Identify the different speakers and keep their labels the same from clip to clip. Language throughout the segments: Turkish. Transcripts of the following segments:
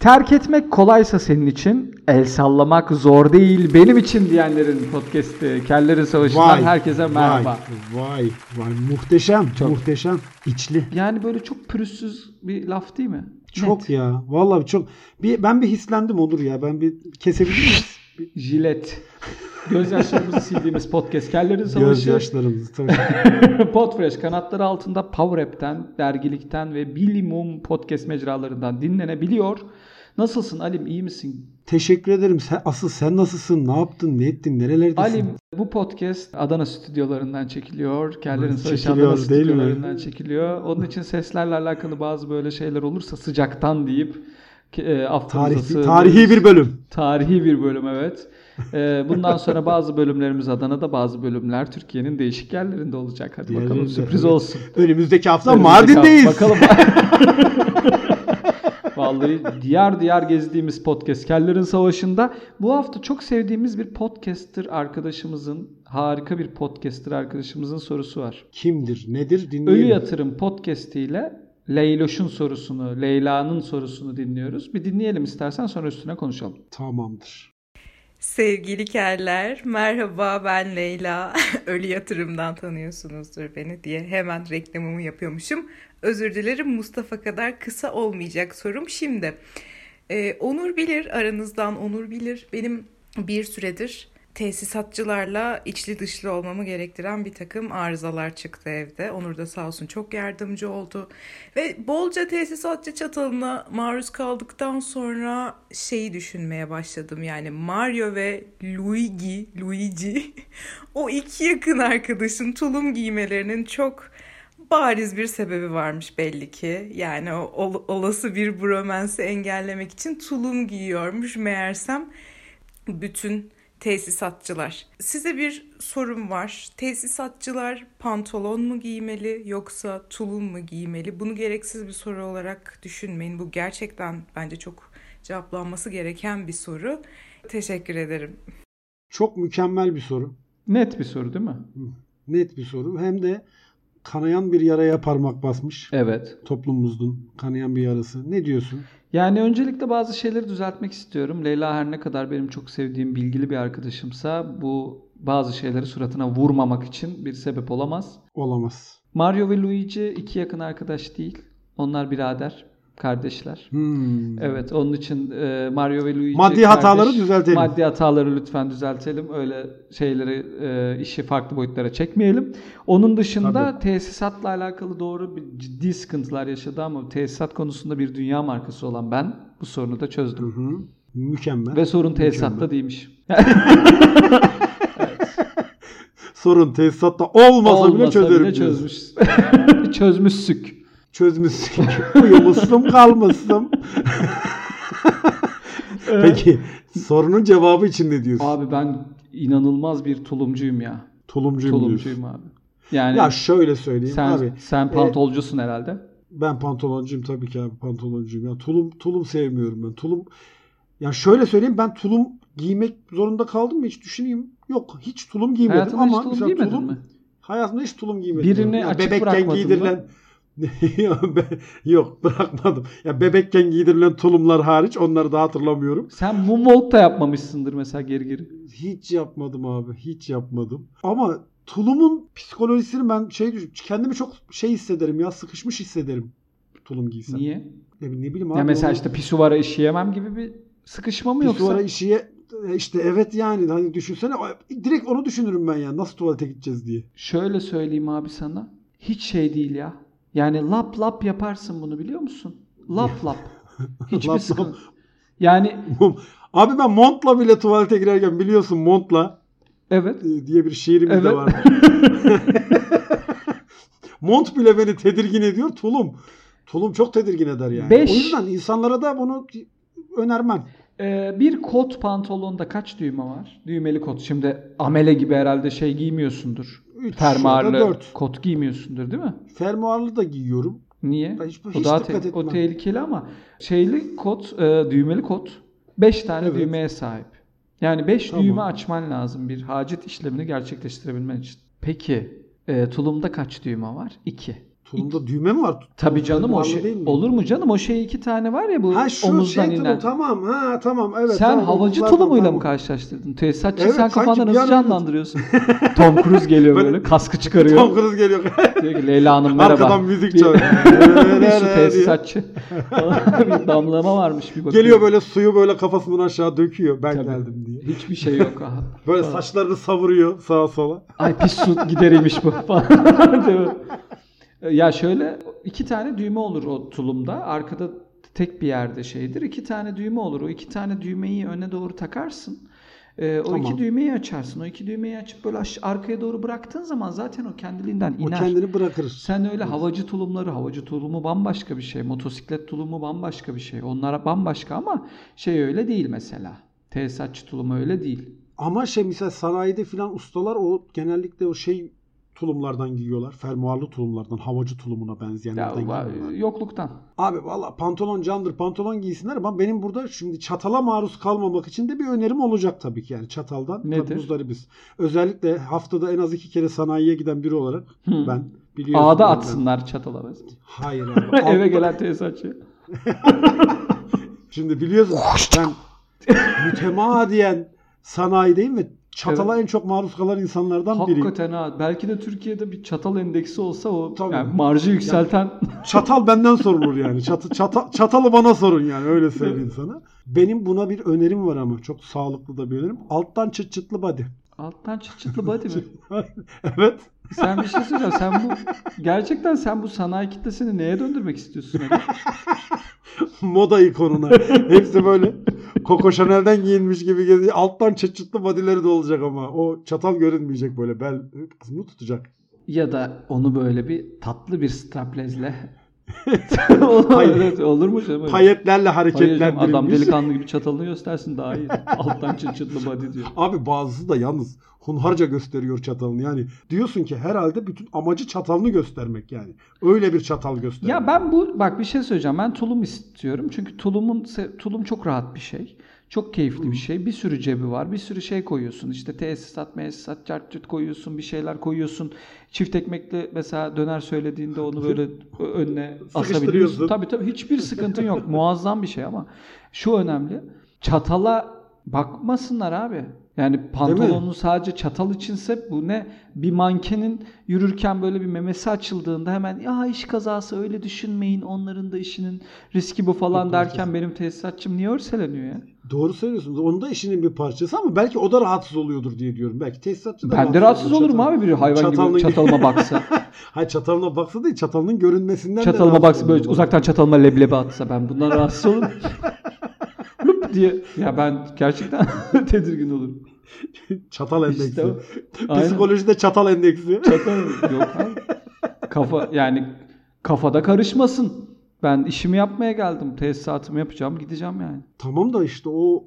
Speaker 1: Terk etmek kolaysa senin için, el sallamak zor değil benim için diyenlerin podcast'i Kellerin Savaşı'ndan herkese merhaba.
Speaker 2: Vay, vay, vay. Muhteşem,
Speaker 1: Çok.
Speaker 2: muhteşem. içli.
Speaker 1: Yani böyle çok pürüzsüz bir laf değil mi?
Speaker 2: Çok
Speaker 1: Net.
Speaker 2: ya. Vallahi çok. Bir, ben bir hislendim olur ya. Ben bir kesebilir miyiz? Bir
Speaker 1: Jilet. Gözyaşlarımızı sildiğimiz podcast Kellerin Savaşı.
Speaker 2: Gözyaşlarımızı tabii.
Speaker 1: Podfresh kanatları altında Power App'ten, dergilikten ve bilimum podcast mecralarından dinlenebiliyor. Nasılsın Alim iyi misin?
Speaker 2: Teşekkür ederim. Sen, asıl sen nasılsın? Ne yaptın? Ne ettin? Nerelerdesin?
Speaker 1: Alim bu podcast Adana stüdyolarından çekiliyor. Kellerin Savaşı
Speaker 2: Çekiliyor,
Speaker 1: Adana
Speaker 2: değil mi?
Speaker 1: stüdyolarından çekiliyor. Onun için seslerle alakalı bazı böyle şeyler olursa sıcaktan deyip e,
Speaker 2: Tarih-
Speaker 1: affınıza
Speaker 2: tarihi bir bölüm.
Speaker 1: Tarihi bir bölüm evet. Ee, bundan sonra bazı bölümlerimiz Adana'da bazı bölümler Türkiye'nin değişik yerlerinde olacak. Hadi bakalım
Speaker 2: Yerlerinde,
Speaker 1: sürpriz
Speaker 2: evet.
Speaker 1: olsun.
Speaker 2: Önümüzdeki hafta
Speaker 1: Önümüzdeki
Speaker 2: Mardin'deyiz.
Speaker 1: hafta Bakalım. Vallahi diyar diyar gezdiğimiz podcast Kellerin Savaşı'nda bu hafta çok sevdiğimiz bir podcaster arkadaşımızın harika bir podcaster arkadaşımızın sorusu var.
Speaker 2: Kimdir? Nedir?
Speaker 1: Ölü
Speaker 2: Dinleyelim.
Speaker 1: Yatırım podcast ile Leyloş'un sorusunu, Leyla'nın sorusunu dinliyoruz. Bir dinleyelim istersen sonra üstüne konuşalım.
Speaker 2: Tamamdır.
Speaker 3: Sevgili kerler, merhaba ben Leyla. Ölü yatırımdan tanıyorsunuzdur beni diye hemen reklamımı yapıyormuşum. Özür dilerim Mustafa kadar kısa olmayacak sorum şimdi. Ee, Onur bilir, aranızdan Onur bilir. Benim bir süredir tesisatçılarla içli dışlı olmamı gerektiren bir takım arızalar çıktı evde. Onur da sağ olsun çok yardımcı oldu. Ve bolca tesisatçı çatalına maruz kaldıktan sonra şeyi düşünmeye başladım. Yani Mario ve Luigi, Luigi o iki yakın arkadaşın tulum giymelerinin çok bariz bir sebebi varmış belli ki. Yani o ol- olası bir bromansı engellemek için tulum giyiyormuş meğersem bütün tesisatçılar. Size bir sorum var. Tesisatçılar pantolon mu giymeli yoksa tulum mu giymeli? Bunu gereksiz bir soru olarak düşünmeyin. Bu gerçekten bence çok cevaplanması gereken bir soru. Teşekkür ederim.
Speaker 2: Çok mükemmel bir soru.
Speaker 1: Net bir soru değil mi?
Speaker 2: Net bir soru. Hem de kanayan bir yaraya parmak basmış.
Speaker 1: Evet.
Speaker 2: Toplumumuzun kanayan bir yarası. Ne diyorsun?
Speaker 1: Yani öncelikle bazı şeyleri düzeltmek istiyorum. Leyla her ne kadar benim çok sevdiğim bilgili bir arkadaşımsa bu bazı şeyleri suratına vurmamak için bir sebep olamaz.
Speaker 2: Olamaz.
Speaker 1: Mario ve Luigi iki yakın arkadaş değil. Onlar birader, kardeşler.
Speaker 2: Hmm.
Speaker 1: Evet onun için e, Mario ve Luigi
Speaker 2: Maddi hataları düzeltelim.
Speaker 1: Maddi hataları lütfen düzeltelim. Öyle şeyleri e, işi farklı boyutlara çekmeyelim. Onun dışında
Speaker 2: Tabii.
Speaker 1: tesisatla alakalı doğru bir ciddi sıkıntılar yaşadı ama tesisat konusunda bir dünya markası olan ben bu sorunu da çözdüm.
Speaker 2: Hı-hı. Mükemmel.
Speaker 1: Ve sorun
Speaker 2: Mükemmel.
Speaker 1: tesisatta değilmiş.
Speaker 2: Sorun tesisatta olmasa, bile
Speaker 1: Olmasa
Speaker 2: çözerim.
Speaker 1: bile
Speaker 2: diyorsun.
Speaker 1: çözmüş. Çözmüşsük.
Speaker 2: Çözmüşsün. Uyumuşsun kalmışsın. Peki sorunun cevabı için ne diyorsun?
Speaker 1: Abi ben inanılmaz bir tulumcuyum ya.
Speaker 2: Tulumcuyum, diyorsun.
Speaker 1: Tulumcuyum abi. Yani
Speaker 2: Ya şöyle söyleyeyim
Speaker 1: sen
Speaker 2: abi. e,
Speaker 1: sen pantolcusun herhalde.
Speaker 2: Ben pantoloncuyum tabii ki abi pantoloncuyum. Ya tulum tulum sevmiyorum ben. Tulum ya şöyle söyleyeyim ben tulum giymek zorunda kaldım mı hiç düşüneyim. Yok hiç tulum giymedim
Speaker 1: Hayatında
Speaker 2: ama
Speaker 1: hiç tulum
Speaker 2: mesela
Speaker 1: giymedin
Speaker 2: tulum-
Speaker 1: mi?
Speaker 2: Hayatımda hiç tulum giymedim.
Speaker 1: Birini açık bırakmadın mı?
Speaker 2: Yok, be- Yok bırakmadım. Ya bebekken giydirilen tulumlar hariç onları da hatırlamıyorum.
Speaker 1: Sen moonwalk da yapmamışsındır mesela geri geri.
Speaker 2: Hiç yapmadım abi. Hiç yapmadım. Ama tulumun psikolojisini ben şey düşün- kendimi çok şey hissederim ya sıkışmış hissederim tulum giysem.
Speaker 1: Niye?
Speaker 2: Ne, bi- ne bileyim abi.
Speaker 1: ya mesela
Speaker 2: onu-
Speaker 1: işte pisuvara işeyemem gibi bir sıkışma mı
Speaker 2: bir
Speaker 1: yoksa?
Speaker 2: sonra işiye işte evet yani hani düşünsene direkt onu düşünürüm ben ya nasıl tuvalete gideceğiz diye.
Speaker 1: Şöyle söyleyeyim abi sana. Hiç şey değil ya. Yani lap lap yaparsın bunu biliyor musun? Lap lap. Hiçbir
Speaker 2: Lap
Speaker 1: sıkıntı.
Speaker 2: lap.
Speaker 1: Yani
Speaker 2: Abi ben montla bile tuvalete girerken biliyorsun montla
Speaker 1: evet.
Speaker 2: e, diye bir şiirimiz
Speaker 1: Evet.
Speaker 2: de vardı. Mont bile beni tedirgin ediyor. Tulum. Tulum çok tedirgin eder yani.
Speaker 1: Beş.
Speaker 2: O yüzden insanlara da bunu önermem.
Speaker 1: Ee, bir kot pantolonda kaç düğme var? Düğmeli kot. Şimdi amele gibi herhalde şey giymiyorsundur.
Speaker 2: Üç ya da
Speaker 1: Fermuarlı
Speaker 2: dört.
Speaker 1: kot giymiyorsundur değil mi?
Speaker 2: Fermuarlı da giyiyorum.
Speaker 1: Niye?
Speaker 2: Ben hiç-
Speaker 1: o
Speaker 2: hiç
Speaker 1: daha
Speaker 2: dikkat
Speaker 1: te- o
Speaker 2: etmem.
Speaker 1: tehlikeli ama şeyli kot, e, düğmeli kot 5 tane
Speaker 2: Evet.
Speaker 1: düğmeye sahip. Yani 5
Speaker 2: Tamam.
Speaker 1: düğme açman lazım bir hacet işlemini gerçekleştirebilmen için. Peki, e, tulumda kaç düğme var? 2.
Speaker 2: Tulumda düğme mi var?
Speaker 1: Tabii
Speaker 2: Tulumda
Speaker 1: canım o
Speaker 2: duvarlı
Speaker 1: şey.
Speaker 2: değil mi?
Speaker 1: Olur mu canım? O şey iki tane var ya bu
Speaker 2: Ha şu
Speaker 1: omuzdan
Speaker 2: şey tulum
Speaker 1: inen.
Speaker 2: tamam ha tamam evet.
Speaker 1: sen
Speaker 2: tamam,
Speaker 1: havacı
Speaker 2: omuzlar
Speaker 1: tulumuyla
Speaker 2: tamam.
Speaker 1: mı karşılaştırdın? Tesisatçı
Speaker 2: Evet,
Speaker 1: sen
Speaker 2: sanki
Speaker 1: kafanda
Speaker 2: bir
Speaker 1: nasıl
Speaker 2: an
Speaker 1: canlandırıyorsun? Tom Cruise geliyor
Speaker 2: Böyle-
Speaker 1: böyle kaskı çıkarıyor.
Speaker 2: Tom Cruise geliyor.
Speaker 1: Diyor ki Leyla Hanım merhaba.
Speaker 2: Arkadan müzik
Speaker 1: Bir-
Speaker 2: çalıyor.
Speaker 1: Bir su tesisatçı. bir damlama varmış bir bakıyor.
Speaker 2: Geliyor böyle suyu böyle kafasından aşağı döküyor. Ben
Speaker 1: Tabii.
Speaker 2: geldim diye.
Speaker 1: Hiçbir şey yok. Aha.
Speaker 2: Böyle
Speaker 1: Falan.
Speaker 2: saçlarını savuruyor sağa sola.
Speaker 1: Ay pis su giderilmiş bu falan. diyor. ya şöyle iki tane düğme olur o tulumda. Arkada tek bir yerde şeydir. İki tane düğme olur. O iki tane düğmeyi öne doğru takarsın. Ee, o
Speaker 2: Tamam.
Speaker 1: iki düğmeyi açarsın. O iki düğmeyi açıp böyle aş- arkaya doğru bıraktığın zaman zaten o kendiliğinden
Speaker 2: O
Speaker 1: iner.
Speaker 2: kendini bırakır.
Speaker 1: Sen öyle havacı tulumları, havacı tulumu bambaşka bir şey. Motosiklet tulumu bambaşka bir şey. Onlara bambaşka ama şey öyle değil mesela. Tesisatçı tulumu öyle değil.
Speaker 2: Ama şey mesela sanayide filan ustalar o genellikle o şey tulumlardan giyiyorlar. Fermuarlı tulumlardan, havacı tulumuna
Speaker 1: Ya,
Speaker 2: benzeyenlerden
Speaker 1: va-
Speaker 2: giyiyorlar.
Speaker 1: yokluktan.
Speaker 2: Abi valla pantolon candır pantolon giysinler ama benim burada şimdi çatala maruz kalmamak için de bir önerim olacak tabii ki yani çataldan
Speaker 1: Nedir?
Speaker 2: tabii muzdaribiz. Özellikle haftada en az iki kere sanayiye giden biri olarak
Speaker 1: Hı.
Speaker 2: ben biliyorsun.
Speaker 1: Ağda
Speaker 2: ben-
Speaker 1: atsınlar çatala.
Speaker 2: Hayır abi.
Speaker 1: Eve
Speaker 2: Alt-
Speaker 1: gelen tesisatçı.
Speaker 2: Şimdi biliyorsun ben mütemadiyen sanayideyim ve çatala en çok maruz kalan insanlardan biriyim.
Speaker 1: Hakikaten ha. Belki de Türkiye'de bir çatal endeksi olsa o
Speaker 2: Tabii.
Speaker 1: yani marjı yükselten
Speaker 2: Çatal benden sorulur yani. Çatı, çata, çatalı bana sorun yani öyle söyleyeyim sana. Benim buna bir önerim var ama çok sağlıklı da bir önerim. Alttan çıt çıtlı body.
Speaker 1: alttan çıt çıtlı body mi?
Speaker 2: evet.
Speaker 1: Sen bir şey söyleyeceğim. Sen bu gerçekten sen bu sanayi kitlesini neye döndürmek istiyorsun? Ali?
Speaker 2: Moda ikonuna. Hepsi böyle Coco Chanel'den giyinmiş gibi geziyor. Alttan çıt çıtlı bodyleri de olacak ama. O çatal görünmeyecek böyle. Bel kısmını tutacak.
Speaker 1: Ya da onu böyle bir tatlı bir straplezle. Olur,
Speaker 2: Hayır.
Speaker 1: evet, olur mu canım? öyle?
Speaker 2: Payetlerle
Speaker 1: Hayır canım,
Speaker 2: hareketlendirilmiş.
Speaker 1: adam delikanlı gibi çatalını göstersin daha iyi. Alttan çıt çıtlı body diyor.
Speaker 2: Abi bazısı da yalnız hunharca gösteriyor çatalını. Yani diyorsun ki herhalde bütün amacı çatalını göstermek yani. Öyle bir çatal göstermek.
Speaker 1: Ya ben bu bak bir şey söyleyeceğim. Ben tulum istiyorum. Çünkü tulumun se- tulum çok rahat bir şey. Çok keyifli bir şey. Bir sürü cebi var. Bir sürü şey koyuyorsun. İşte tesisat, mesisat, çarçurt koyuyorsun. Bir şeyler koyuyorsun. Çift ekmekli mesela döner söylediğinde onu böyle ö- önüne asabiliyorsun.
Speaker 2: Sıkıştırıyorsun.
Speaker 1: Tabii tabii hiçbir sıkıntın yok. Muazzam bir şey ama şu önemli. Çatala bakmasınlar abi. Yani pantolonun sadece çatal içinse bu ne? Bir mankenin yürürken böyle bir memesi açıldığında hemen ya iş kazası öyle düşünmeyin onların da işinin riski bu falan
Speaker 2: Yok,
Speaker 1: derken benim tesisatçım niye örseleniyor ya?
Speaker 2: Doğru söylüyorsunuz. Onun da işinin bir parçası ama belki o da rahatsız oluyordur diye diyorum. Belki tesisatçı da
Speaker 1: Ben de rahatsız
Speaker 2: olur.
Speaker 1: olurum
Speaker 2: Çatal-
Speaker 1: abi biri hayvan
Speaker 2: Çatalın-
Speaker 1: gibi çatalıma baksa.
Speaker 2: Hayır çatalına baksa değil çatalının görünmesinden de
Speaker 1: çatalıma
Speaker 2: rahatsız
Speaker 1: baksa böyle
Speaker 2: oluyor.
Speaker 1: uzaktan çatalıma leblebi atsa ben bundan rahatsız olurum. Lup diye. Ya ben gerçekten tedirgin olurum.
Speaker 2: Çatal endeksi.
Speaker 1: İşte o. Aynen.
Speaker 2: Psikolojide çatal endeksi.
Speaker 1: Çatal yok abi. Kafa yani kafada karışmasın. Ben işimi yapmaya geldim. Tesisatımı yapacağım, gideceğim yani.
Speaker 2: tamam da işte o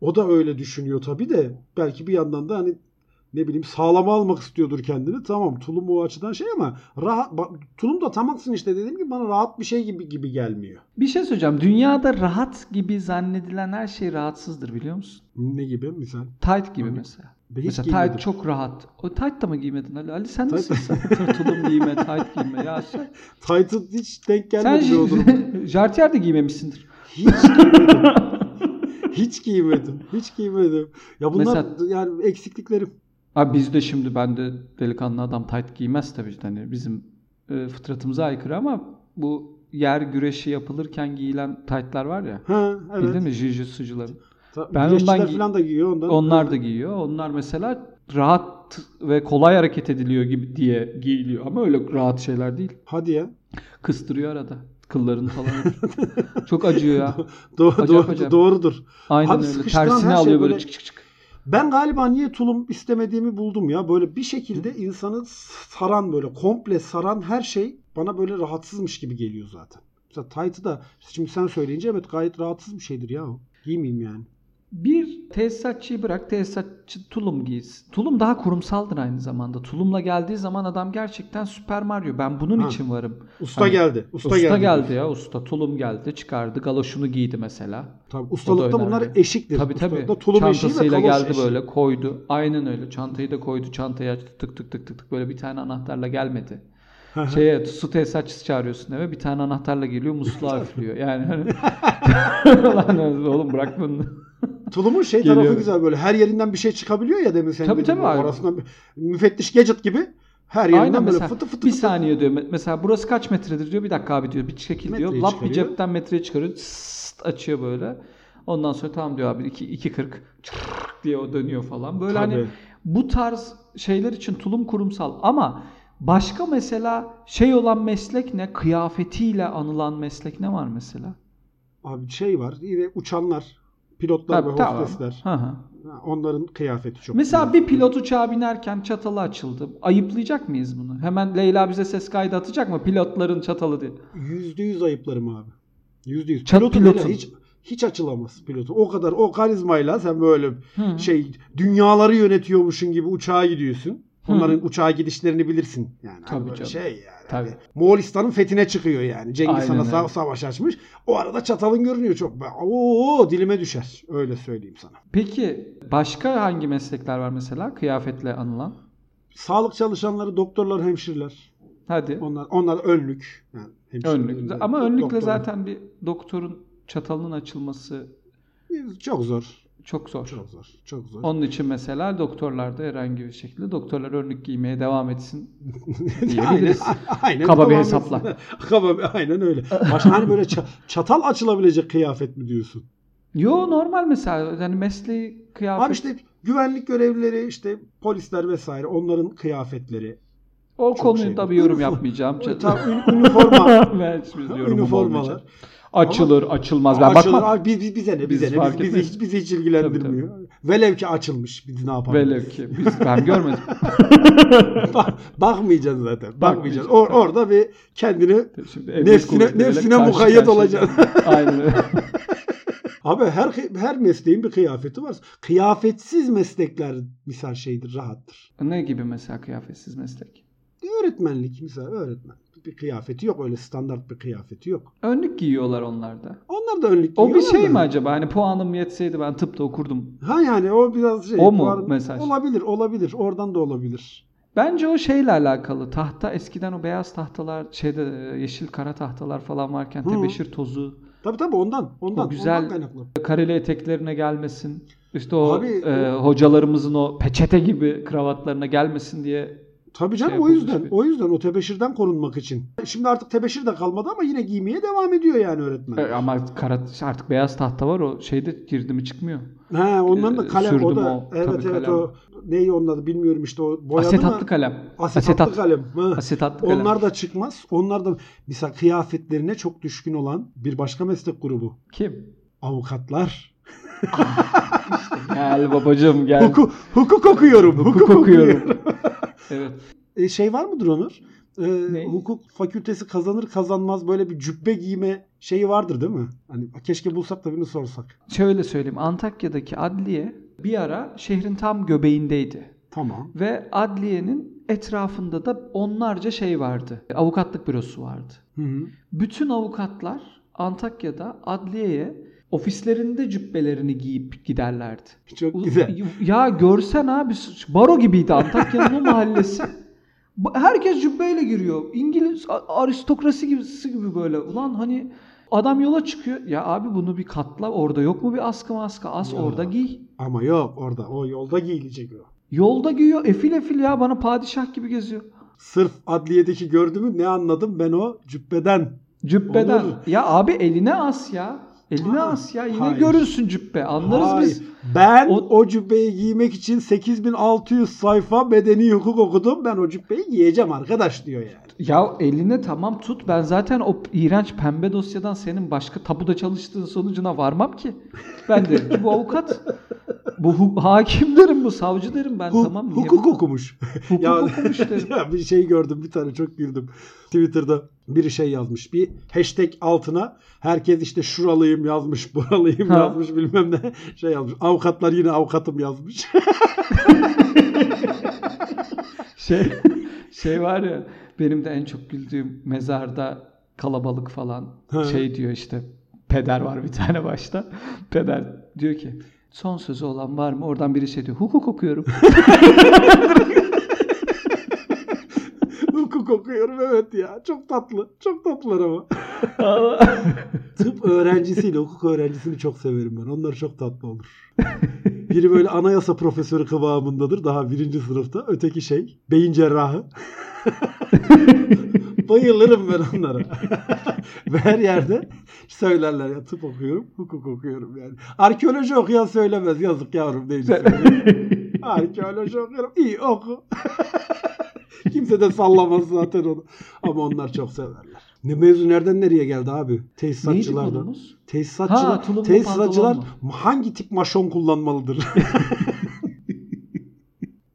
Speaker 2: o da öyle düşünüyor tabii de belki bir yandan da hani ne bileyim sağlama almak istiyordur kendini. Tamam tulum o açıdan şey ama rahat ba- tulum da tam aksine işte dediğim gibi bana rahat bir şey gibi gibi gelmiyor.
Speaker 1: Bir şey söyleyeceğim. Dünyada rahat gibi zannedilen her şey rahatsızdır biliyor musun?
Speaker 2: Ne gibi misal?
Speaker 1: Tight gibi
Speaker 2: Tabii.
Speaker 1: mesela.
Speaker 2: Ben hiç
Speaker 1: mesela
Speaker 2: giymedim.
Speaker 1: tight çok rahat. O tight da mı giymedin Ali? Ali sen
Speaker 2: Tight-
Speaker 1: nasıl sen? Tulum giyme, tight giyme. Ya sen,
Speaker 2: Titan hiç denk
Speaker 1: sen
Speaker 2: gelmedi o duruma.
Speaker 1: jartiyer de giymemişsindir.
Speaker 2: Hiç giymedim. hiç giymedim. Hiç giymedim. Ya bunlar yani eksikliklerim.
Speaker 1: Abi biz de şimdi ben de delikanlı adam tight giymez tabii ki. Hani bizim e, fıtratımıza aykırı ama bu yer güreşi yapılırken giyilen tight'lar var ya.
Speaker 2: Ha evet.
Speaker 1: Bildin mi? Jiu-jitsucuların.
Speaker 2: Ta-
Speaker 1: Ben
Speaker 2: güreşçiler
Speaker 1: ondan gi-
Speaker 2: falan da giyiyor ondan.
Speaker 1: Onlar da giyiyor. Onlar mesela rahat ve kolay hareket ediliyor gibi diye giyiliyor ama öyle rahat şeyler değil.
Speaker 2: Hadi ya.
Speaker 1: Kıstırıyor arada kıllarını falan. Çok acıyor ya.
Speaker 2: Doğru,
Speaker 1: Acayip
Speaker 2: doğru-
Speaker 1: acayip.
Speaker 2: doğrudur.
Speaker 1: Aynen
Speaker 2: Abi
Speaker 1: öyle.
Speaker 2: sıkıştıran her
Speaker 1: Tersini
Speaker 2: şey
Speaker 1: alıyor böyle
Speaker 2: böyle-
Speaker 1: çık çık çık.
Speaker 2: Ben galiba niye tulum istemediğimi buldum ya. Böyle bir şekilde insanı saran böyle komple saran her şey bana böyle rahatsızmış gibi geliyor zaten. Mesela tight'ı da şimdi sen söyleyince evet gayet rahatsız bir şeydir ya. o. Giymeyeyim yani.
Speaker 1: Bir tesisatçıyı bırak tesisatçı tulum giysin. Tulum daha kurumsaldır aynı zamanda. Tulumla geldiği zaman adam gerçekten Süper Mario. Ben bunun
Speaker 2: Ha.
Speaker 1: için varım.
Speaker 2: Usta
Speaker 1: Hani-
Speaker 2: geldi. Usta,
Speaker 1: Usta,
Speaker 2: geldi.
Speaker 1: geldi, ya usta. Tulum geldi çıkardı. Galoşunu giydi mesela.
Speaker 2: Tabii,
Speaker 1: O da
Speaker 2: ustalıkta
Speaker 1: önemli.
Speaker 2: bunlar eşiktir.
Speaker 1: Tabii tabii.
Speaker 2: Ustalıkta tulum eşiği ve
Speaker 1: Çantasıyla
Speaker 2: kaloş
Speaker 1: geldi
Speaker 2: eşiği.
Speaker 1: böyle koydu. Aynen öyle. Çantayı da koydu. Çantayı açtı tık tık tık tık tık böyle bir tane anahtarla gelmedi. şeye su tesisatçısı çağırıyorsun eve bir tane anahtarla geliyor musluğa üflüyor. Yani hani lan oğlum bırak bunu.
Speaker 2: Tulumun şey
Speaker 1: Geliyor.
Speaker 2: tarafı güzel böyle. Her yerinden bir şey çıkabiliyor ya demin senin
Speaker 1: Tabii,
Speaker 2: dediğin
Speaker 1: tabii abi.
Speaker 2: Orasından bir- müfettiş gadget gibi her yerinden
Speaker 1: Aynen
Speaker 2: böyle
Speaker 1: mesela
Speaker 2: fıtı fıtı
Speaker 1: bir
Speaker 2: fıtı.
Speaker 1: saniye diyor. Me- Mesela burası kaç metredir diyor. Bir dakika abi diyor. Bir çekil diyor.
Speaker 2: Metreyi
Speaker 1: Lap bir
Speaker 2: çıkarıyor.
Speaker 1: cepten metreye çıkarıyor. Sst açıyor böyle. Ondan sonra tamam diyor abi 2 240 diye o dönüyor falan. Böyle hani
Speaker 2: Tabii.
Speaker 1: bu tarz şeyler için tulum kurumsal ama başka mesela şey olan meslek ne? Kıyafetiyle anılan meslek ne var mesela?
Speaker 2: Abi şey var yine uçanlar, pilotlar
Speaker 1: Tabii,
Speaker 2: ve
Speaker 1: tamam.
Speaker 2: hostesler.
Speaker 1: Hı hı.
Speaker 2: Ha, Onların kıyafeti çok
Speaker 1: Mesela
Speaker 2: güzel.
Speaker 1: bir pilot uçağa binerken çatalı açıldı. Ayıplayacak mıyız bunu? Hemen Leyla bize ses kaydı atacak mı? Pilotların çatalı diye.
Speaker 2: Yüzde yüz ayıplarım abi. Yüzde yüz.
Speaker 1: Çat
Speaker 2: Pilotu
Speaker 1: pilotun.
Speaker 2: böyle hiç, hiç açılamaz pilotu. O kadar o karizmayla sen böyle
Speaker 1: Hı.
Speaker 2: şey dünyaları yönetiyormuşsun gibi uçağa gidiyorsun.
Speaker 1: Hı.
Speaker 2: Onların uçağa gidişlerini bilirsin. Yani Hani
Speaker 1: Tabii
Speaker 2: böyle
Speaker 1: canım.
Speaker 2: şey yani.
Speaker 1: Tabii.
Speaker 2: Hani Moğolistan'ın fethine çıkıyor yani. Cengiz
Speaker 1: Aynen
Speaker 2: Han'a sa-
Speaker 1: öyle.
Speaker 2: savaş açmış. O arada çatalın görünüyor çok. Ben- Oo dilime düşer. Öyle söyleyeyim sana.
Speaker 1: Peki başka hangi meslekler var mesela kıyafetle anılan?
Speaker 2: Sağlık çalışanları, doktorlar, hemşireler.
Speaker 1: Hadi
Speaker 2: Onlar onlar önlük. Yani hemşireler,
Speaker 1: önlük.
Speaker 2: önlük,
Speaker 1: Ama önlükle
Speaker 2: doktorlar.
Speaker 1: zaten bir doktorun çatalının açılması
Speaker 2: çok zor.
Speaker 1: çok zor.
Speaker 2: Çok zor. Çok zor.
Speaker 1: Onun için mesela doktorlar da herhangi bir şekilde doktorlar önlük giymeye devam etsin.
Speaker 2: aynen,
Speaker 1: diyebiliriz.
Speaker 2: aynen,
Speaker 1: Kaba bir
Speaker 2: tamam.
Speaker 1: hesapla.
Speaker 2: Kaba bir, aynen öyle. Başka hani böyle ça- çatal açılabilecek kıyafet mi diyorsun?
Speaker 1: Yo normal mesela yani mesleği kıyafet
Speaker 2: Abi işte güvenlik görevlileri işte polisler vesaire onların kıyafetleri.
Speaker 1: o
Speaker 2: çok
Speaker 1: konuyu
Speaker 2: şey.
Speaker 1: da bir yorum yapmayacağım.
Speaker 2: Tam ün- üniforma.
Speaker 1: ben hiçbir yorumum olmayacak.
Speaker 2: üniformalar.
Speaker 1: Açılır açılmaz. Ben
Speaker 2: Açılır.
Speaker 1: bakmam.
Speaker 2: Abi, biz, biz- bize ne
Speaker 1: Biz
Speaker 2: bize ne
Speaker 1: fark
Speaker 2: biz, bizi,
Speaker 1: etmeyiz.
Speaker 2: hiç, bizi hiç ilgilendirmiyor. Velev ki açılmış biz ne yapalım.
Speaker 1: Velev ki biz, ben görmedim.
Speaker 2: Bak- bakmayacaksın zaten.
Speaker 1: Bakmayacaksın.
Speaker 2: Bakmayacaksın. Or- orada bir kendini
Speaker 1: Şimdi emniyet
Speaker 2: Nefsine-
Speaker 1: kuvvetleriyle
Speaker 2: nefsine
Speaker 1: karşı
Speaker 2: mukayyet
Speaker 1: karşıya
Speaker 2: olacaksın.
Speaker 1: geldik. Aynen öyle.
Speaker 2: abi her her mesleğin bir kıyafeti var. Kıyafetsiz meslekler misal şeydir, rahattır.
Speaker 1: Ne gibi mesela kıyafetsiz meslek?
Speaker 2: Öğretmenlik misal öğretmen. Bir kıyafeti yok öyle standart bir kıyafeti yok.
Speaker 1: Önlük giyiyorlar onlarda.
Speaker 2: Onlar da önlük
Speaker 1: O bir
Speaker 2: giyiyorlar
Speaker 1: şey
Speaker 2: da.
Speaker 1: mi acaba? Hani puanım yetseydi ben tıpta okurdum.
Speaker 2: Ha yani o biraz şey.
Speaker 1: O mu
Speaker 2: var-
Speaker 1: mesaj?
Speaker 2: Olabilir, olabilir. Oradan da olabilir.
Speaker 1: Bence o şeyle alakalı. Tahta eskiden o beyaz tahtalar, şeyde e, yeşil kara tahtalar falan varken
Speaker 2: Hı.
Speaker 1: tebeşir tozu,
Speaker 2: Tabii tabii ondan. Ondan.
Speaker 1: O güzel-
Speaker 2: Ondan kaynaklı.
Speaker 1: kareli eteklerine gelmesin. İşte o
Speaker 2: Abi,
Speaker 1: e, hocalarımızın o peçete gibi kravatlarına gelmesin diye.
Speaker 2: Tabii canım
Speaker 1: Şey
Speaker 2: o
Speaker 1: yapılmış
Speaker 2: yüzden.
Speaker 1: bir-
Speaker 2: O yüzden o tebeşirden korunmak için. Şimdi artık tebeşir de kalmadı ama yine giymeye devam ediyor yani öğretmen.
Speaker 1: E, ama kara, artık beyaz tahta var o şeyde girdi mi çıkmıyor.
Speaker 2: He onların da
Speaker 1: e,
Speaker 2: kalem
Speaker 1: sürdüm
Speaker 2: o da.
Speaker 1: o, tabii
Speaker 2: evet evet
Speaker 1: kalem.
Speaker 2: o neyi onun adı bilmiyorum işte o boyadı
Speaker 1: Asetatlı
Speaker 2: mı?
Speaker 1: kalem.
Speaker 2: Asetatlı kalem. Ha.
Speaker 1: Asetatlı kalem.
Speaker 2: Onlar da çıkmaz. Onlar da mesela kıyafetlerine çok düşkün olan bir başka meslek grubu.
Speaker 1: Kim?
Speaker 2: Avukatlar.
Speaker 1: Gel babacığım gel.
Speaker 2: Huku, hukuk okuyorum. Hukuk,
Speaker 1: Hukuk
Speaker 2: okuyorum.
Speaker 1: okuyorum. evet.
Speaker 2: E, şey var mıdır Onur? E,
Speaker 1: Ne?
Speaker 2: hukuk fakültesi kazanır kazanmaz böyle bir cübbe giyme şeyi vardır değil mi? Hani keşke bulsak da birini sorsak.
Speaker 1: Şöyle söyleyeyim. Antakya'daki adliye bir ara şehrin tam göbeğindeydi.
Speaker 2: Tamam.
Speaker 1: Ve adliyenin etrafında da onlarca şey vardı. Avukatlık bürosu vardı.
Speaker 2: Hı hı.
Speaker 1: Bütün avukatlar Antakya'da adliyeye ofislerinde cübbelerini giyip giderlerdi.
Speaker 2: Çok
Speaker 1: Ulu-
Speaker 2: güzel.
Speaker 1: Ya görsen abi baro gibiydi Antakya'nın o mahallesi. Bu- Herkes cübbeyle giriyor. İngiliz a- aristokrasi gibisi gibi böyle. Ulan hani adam yola çıkıyor. Ya abi bunu bir katla. Orada yok mu bir askı maskı? As
Speaker 2: Ya.
Speaker 1: orada giy.
Speaker 2: Ama yok orada. O yolda giyilecek o.
Speaker 1: Yolda giyiyor. Efil efil ya bana padişah gibi geziyor.
Speaker 2: Sırf adliyedeki gördüğümü ne anladım ben o cübbeden.
Speaker 1: Cübbeden.
Speaker 2: Olur.
Speaker 1: Ya abi eline as ya. Eline
Speaker 2: Aa,
Speaker 1: as ya. Yine
Speaker 2: hayır.
Speaker 1: görürsün cübbe. Anlarız
Speaker 2: Hayır.
Speaker 1: biz.
Speaker 2: Ben
Speaker 1: O-
Speaker 2: o... cübbeyi giymek için 8600 sayfa bedeni hukuk okudum. Ben o cübbeyi giyeceğim arkadaş diyor yani.
Speaker 1: Ya eline tamam tut. Ben zaten o iğrenç pembe dosyadan senin başka tabuda çalıştığın sonucuna varmam ki. Ben derim ki bu avukat. Bu hu- hakim derim bu savcı derim ben
Speaker 2: Hu-
Speaker 1: tamam niye-
Speaker 2: hukuk okumuş.
Speaker 1: hukuk
Speaker 2: Ya-
Speaker 1: okumuş derim.
Speaker 2: ya bir şey gördüm bir tane çok güldüm. Twitter'da biri şey yazmış. Bir hashtag altına herkes işte şuralıyım yazmış, buralıyım
Speaker 1: Ha.
Speaker 2: yazmış bilmem ne şey yazmış. Avukatlar yine avukatım yazmış.
Speaker 1: Şey, şey var ya benim de en çok güldüğüm mezarda kalabalık falan
Speaker 2: Ha.
Speaker 1: şey diyor işte peder var bir tane başta. Peder diyor ki son sözü olan var mı? Oradan biri şey diyor hukuk okuyorum.
Speaker 2: Hukuk kokuyorum evet ya. Çok tatlı. Çok tatlılar ama. Tıp öğrencisiyle hukuk öğrencisini çok severim ben. Onlar çok tatlı olur. Biri böyle anayasa profesörü kıvamındadır daha birinci sınıfta. Öteki şey beyin cerrahı. Bayılırım ben onlara. Ve her yerde söylerler ya tıp okuyorum, hukuk okuyorum yani. Arkeoloji okuyan söylemez yazık yavrum değil. Arkeoloji okuyorum. İyi oku. Kimse de sallamaz zaten onu. Ama onlar çok severler. Ne mevzu nereden nereye geldi abi?
Speaker 1: Neydi
Speaker 2: Tesisatçılardan.
Speaker 1: konumuz? Ha,
Speaker 2: Tesisatçılar,
Speaker 1: tulum mu,
Speaker 2: tesisatçılar
Speaker 1: pantolon
Speaker 2: hangi tip maşon kullanmalıdır?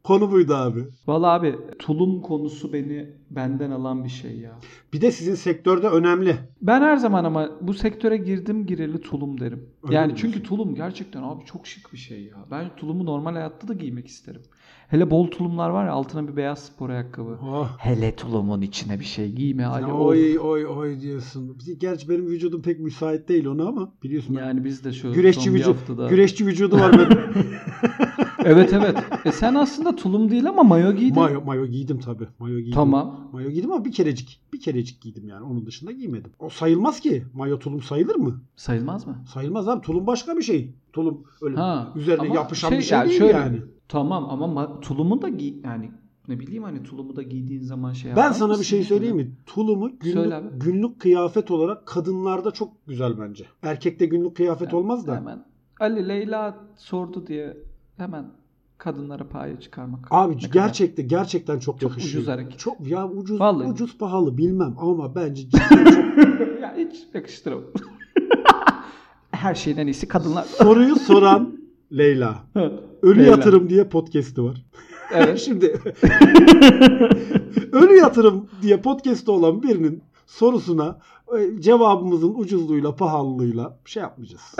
Speaker 2: Konu buydu abi.
Speaker 1: Valla abi tulum konusu beni benden alan bir şey ya.
Speaker 2: Bir de sizin sektörde önemli.
Speaker 1: Ben her zaman ama bu sektöre girdim gireli tulum derim.
Speaker 2: Öyle
Speaker 1: yani
Speaker 2: mi
Speaker 1: çünkü tulum gerçekten abi çok şık bir şey ya. Ben tulumu normal hayatta da giymek isterim. Hele bol tulumlar var ya altına bir beyaz spor ayakkabı.
Speaker 2: Oh.
Speaker 1: Hele tulumun içine bir şey giyme
Speaker 2: Ya
Speaker 1: Ali.
Speaker 2: oy oy oy diyorsun. Gerçi benim vücudum pek müsait değil ona ama biliyorsun. ben-
Speaker 1: Yani biz de şu
Speaker 2: güreşçi
Speaker 1: son bir
Speaker 2: vücudu,
Speaker 1: haftada.
Speaker 2: güreşçi vücudu var benim.
Speaker 1: Evet evet. E sen aslında tulum değil ama mayo giydin.
Speaker 2: mayo, mayo giydim tabii. Mayo giydim.
Speaker 1: Tamam.
Speaker 2: Mayo giydim ama bir kerecik. Bir kerecik giydim yani. Onun dışında giymedim. O sayılmaz ki. Mayo tulum sayılır mı?
Speaker 1: Sayılmaz mı?
Speaker 2: Sayılmaz abi. Tulum başka bir şey. Tulum öyle
Speaker 1: Ha,
Speaker 2: üzerine
Speaker 1: ama
Speaker 2: yapışan
Speaker 1: şey-
Speaker 2: bir şey
Speaker 1: yani
Speaker 2: değil
Speaker 1: şöyle-
Speaker 2: yani.
Speaker 1: Tamam ama ma- tulumu da giy yani ne bileyim hani tulumu da giydiğin zaman şey
Speaker 2: Ben
Speaker 1: yapar
Speaker 2: sana bir
Speaker 1: mısın
Speaker 2: şey
Speaker 1: yani?
Speaker 2: söyleyeyim mi? Tulumu
Speaker 1: Söyle
Speaker 2: günlük,
Speaker 1: abi.
Speaker 2: günlük kıyafet olarak kadınlarda çok güzel bence. Erkekte günlük kıyafet olmaz da.
Speaker 1: Hemen Ali Leyla sordu diye hemen kadınlara paya çıkarmak.
Speaker 2: Abi
Speaker 1: Ne kadar?
Speaker 2: gerçekte gerçekten çok,
Speaker 1: Çok
Speaker 2: yakışıyor.
Speaker 1: ucuz hareket.
Speaker 2: Çok ya ucuz
Speaker 1: Vallahi.
Speaker 2: ucuz pahalı bilmem ama bence cidden çok
Speaker 1: ya hiç yakıştıramam. Her şeyden iyisi kadınlar.
Speaker 2: soruyu soran Leyla. Ölü
Speaker 1: Leyla.
Speaker 2: yatırım diye podcast'i var.
Speaker 1: Evet.
Speaker 2: Şimdi ölü yatırım diye podcast'i olan birinin sorusuna e, cevabımızın ucuzluğuyla pahalılığıyla şey yapmayacağız.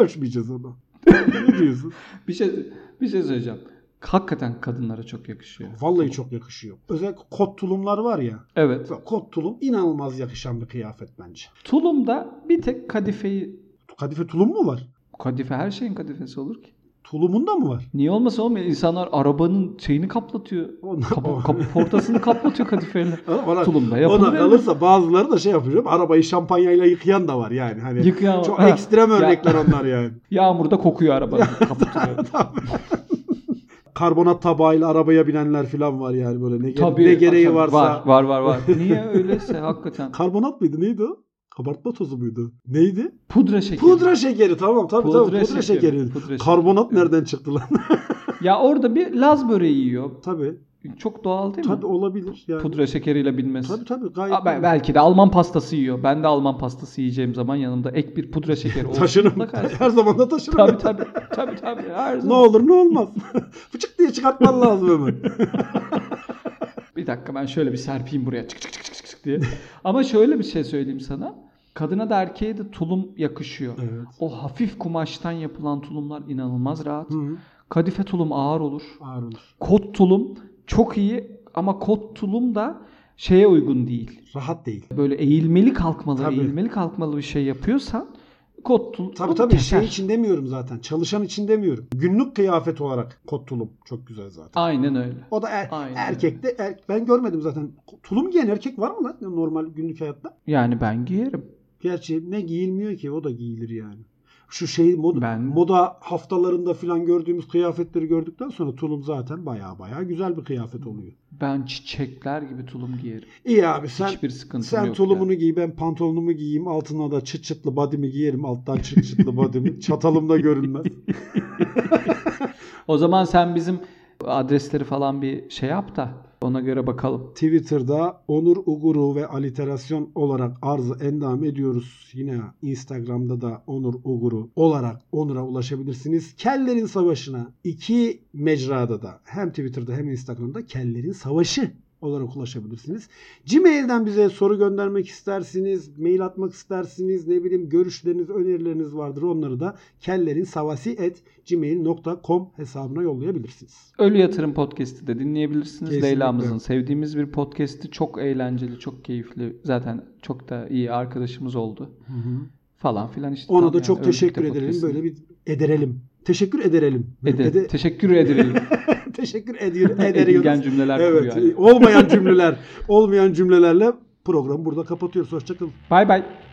Speaker 2: Ölçmeyeceğiz onu. Ne diyorsun?
Speaker 1: bir şey bir şey söyleyeceğim. Hakikaten kadınlara çok yakışıyor.
Speaker 2: Vallahi çok yakışıyor. Özellikle kot tulumlar var ya.
Speaker 1: Evet.
Speaker 2: Mesela Kot tulum inanılmaz yakışan bir kıyafet bence.
Speaker 1: Tulumda bir tek kadifeyi
Speaker 2: Kadife tulum mu var?
Speaker 1: kadife her şeyin kadifesi olur ki.
Speaker 2: Tulumunda mı var?
Speaker 1: Niye olmasa olmuyor? İnsanlar arabanın şeyini kaplatıyor.
Speaker 2: Ona,
Speaker 1: Kapı, kaportasını kaplatıyor kadifeyle.
Speaker 2: ona,
Speaker 1: Tulumda
Speaker 2: ona
Speaker 1: yapılır. elbette.
Speaker 2: kalırsa bazıları da şey yapıyor. Arabayı şampanyayla yıkayan da var yani. Hani
Speaker 1: Yıkayan-
Speaker 2: çok
Speaker 1: Ha.
Speaker 2: ekstrem
Speaker 1: Ya-
Speaker 2: örnekler onlar yani.
Speaker 1: Yağmurda kokuyor araba. Kapatılıyor.
Speaker 2: Karbonat tabağıyla arabaya binenler falan var yani böyle ne, ge-
Speaker 1: Tabii,
Speaker 2: ne gereği
Speaker 1: tabii.
Speaker 2: varsa.
Speaker 1: Var var var. var. Niye öyleyse hakikaten.
Speaker 2: Karbonat mıydı neydi o? Kabartma tozu muydu? Neydi?
Speaker 1: Pudra şekeri.
Speaker 2: Pudra şekeri tamam tabii
Speaker 1: Pudra
Speaker 2: tabii pudra
Speaker 1: şekeri,
Speaker 2: şekeri.
Speaker 1: pudra şekeri.
Speaker 2: Karbonat nereden çıktı lan?
Speaker 1: Ya orada bir Laz böreği yiyor.
Speaker 2: tabii.
Speaker 1: Çok doğal değil mi?
Speaker 2: Tabii olabilir yani.
Speaker 1: Pudra şekeriyle bilmez.
Speaker 2: Tabii tabii gayet.
Speaker 1: Aa, be- belki de Alman pastası yiyor. Ben de Alman pastası yiyeceğim zaman yanımda ek bir pudra şekeri olsun.
Speaker 2: taşırım.
Speaker 1: Mutlaka-
Speaker 2: Her zaman da taşırım.
Speaker 1: tabii tabii. Tabii tabii. Her
Speaker 2: Ne
Speaker 1: zaman.
Speaker 2: olur ne olmaz. Fıçık diye çıkartman lazım hemen.
Speaker 1: Bir dakika ben şöyle bir serpeyim buraya çık çık çık çık çık çık diye. Ama şöyle bir şey söyleyeyim sana. Kadına da erkeğe de tulum yakışıyor.
Speaker 2: Evet.
Speaker 1: O hafif kumaştan yapılan tulumlar inanılmaz rahat.
Speaker 2: Hı,
Speaker 1: Kadife tulum ağır olur.
Speaker 2: ağır olur.
Speaker 1: Kot tulum çok iyi ama kot tulum da şeye uygun değil.
Speaker 2: Rahat değil.
Speaker 1: Böyle eğilmeli kalkmalı,
Speaker 2: Tabii.
Speaker 1: eğilmeli kalkmalı bir şey yapıyorsan kot tulum
Speaker 2: Tabii tabii şey için demiyorum zaten. Çalışan için demiyorum. Günlük kıyafet olarak kot tulum çok güzel zaten.
Speaker 1: Aynen öyle.
Speaker 2: O da er-
Speaker 1: Aynen
Speaker 2: erkekte er- ben görmedim zaten. Tulum giyen erkek var mı lan normal günlük hayatta?
Speaker 1: Yani ben giyerim.
Speaker 2: Gerçi ne giyilmiyor ki o da giyilir yani. Şu şey moda,
Speaker 1: Ben-
Speaker 2: moda haftalarında filan gördüğümüz kıyafetleri gördükten sonra tulum zaten baya baya güzel bir kıyafet oluyor.
Speaker 1: Ben çiçekler gibi tulum giyerim.
Speaker 2: İyi abi sen
Speaker 1: Hiçbir sıkıntım
Speaker 2: Sen
Speaker 1: yok.
Speaker 2: tulumunu giy ben pantolonumu giyeyim altına da çıt çıtlı body'mi giyerim alttan çıt çıtlı body'mi çatalım da görünmez.
Speaker 1: O zaman sen bizim adresleri falan bir şey yap da ona göre bakalım.
Speaker 2: Twitter'da Onur Uguru ve aliterasyon olarak arzı endam ediyoruz. Yine Instagram'da da Onur Uguru olarak Onur'a ulaşabilirsiniz. Kellerin Savaşı'na iki mecrada da hem Twitter'da hem Instagram'da Kellerin Savaşı olarak ulaşabilirsiniz. Gmail'den bize soru göndermek istersiniz, mail atmak istersiniz, ne bileyim görüşleriniz, önerileriniz vardır. Onları da kellerinsavasi@gmail.com hesabına yollayabilirsiniz.
Speaker 1: Ölü Yatırım Podcast'i de dinleyebilirsiniz.
Speaker 2: Kesinlikle.
Speaker 1: Leyla'mızın sevdiğimiz bir podcast'i. Çok eğlenceli, çok keyifli. Zaten çok da iyi arkadaşımız oldu. Falan filan işte.
Speaker 2: Ona
Speaker 1: Tam
Speaker 2: da
Speaker 1: yani
Speaker 2: çok
Speaker 1: Ölü
Speaker 2: teşekkür
Speaker 1: Kitap
Speaker 2: edelim.
Speaker 1: Podcast'in.
Speaker 2: Böyle bir ederelim. Teşekkür ederelim.
Speaker 1: Ede,
Speaker 2: Ede-
Speaker 1: teşekkür ederim.
Speaker 2: teşekkür ediyor,
Speaker 1: Edilgen
Speaker 2: ederiyoruz.
Speaker 1: cümleler
Speaker 2: Evet.
Speaker 1: kuruyor.
Speaker 2: Olmayan cümleler. Olmayan cümlelerle programı burada kapatıyoruz. Hoşçakalın.
Speaker 1: Bay bay.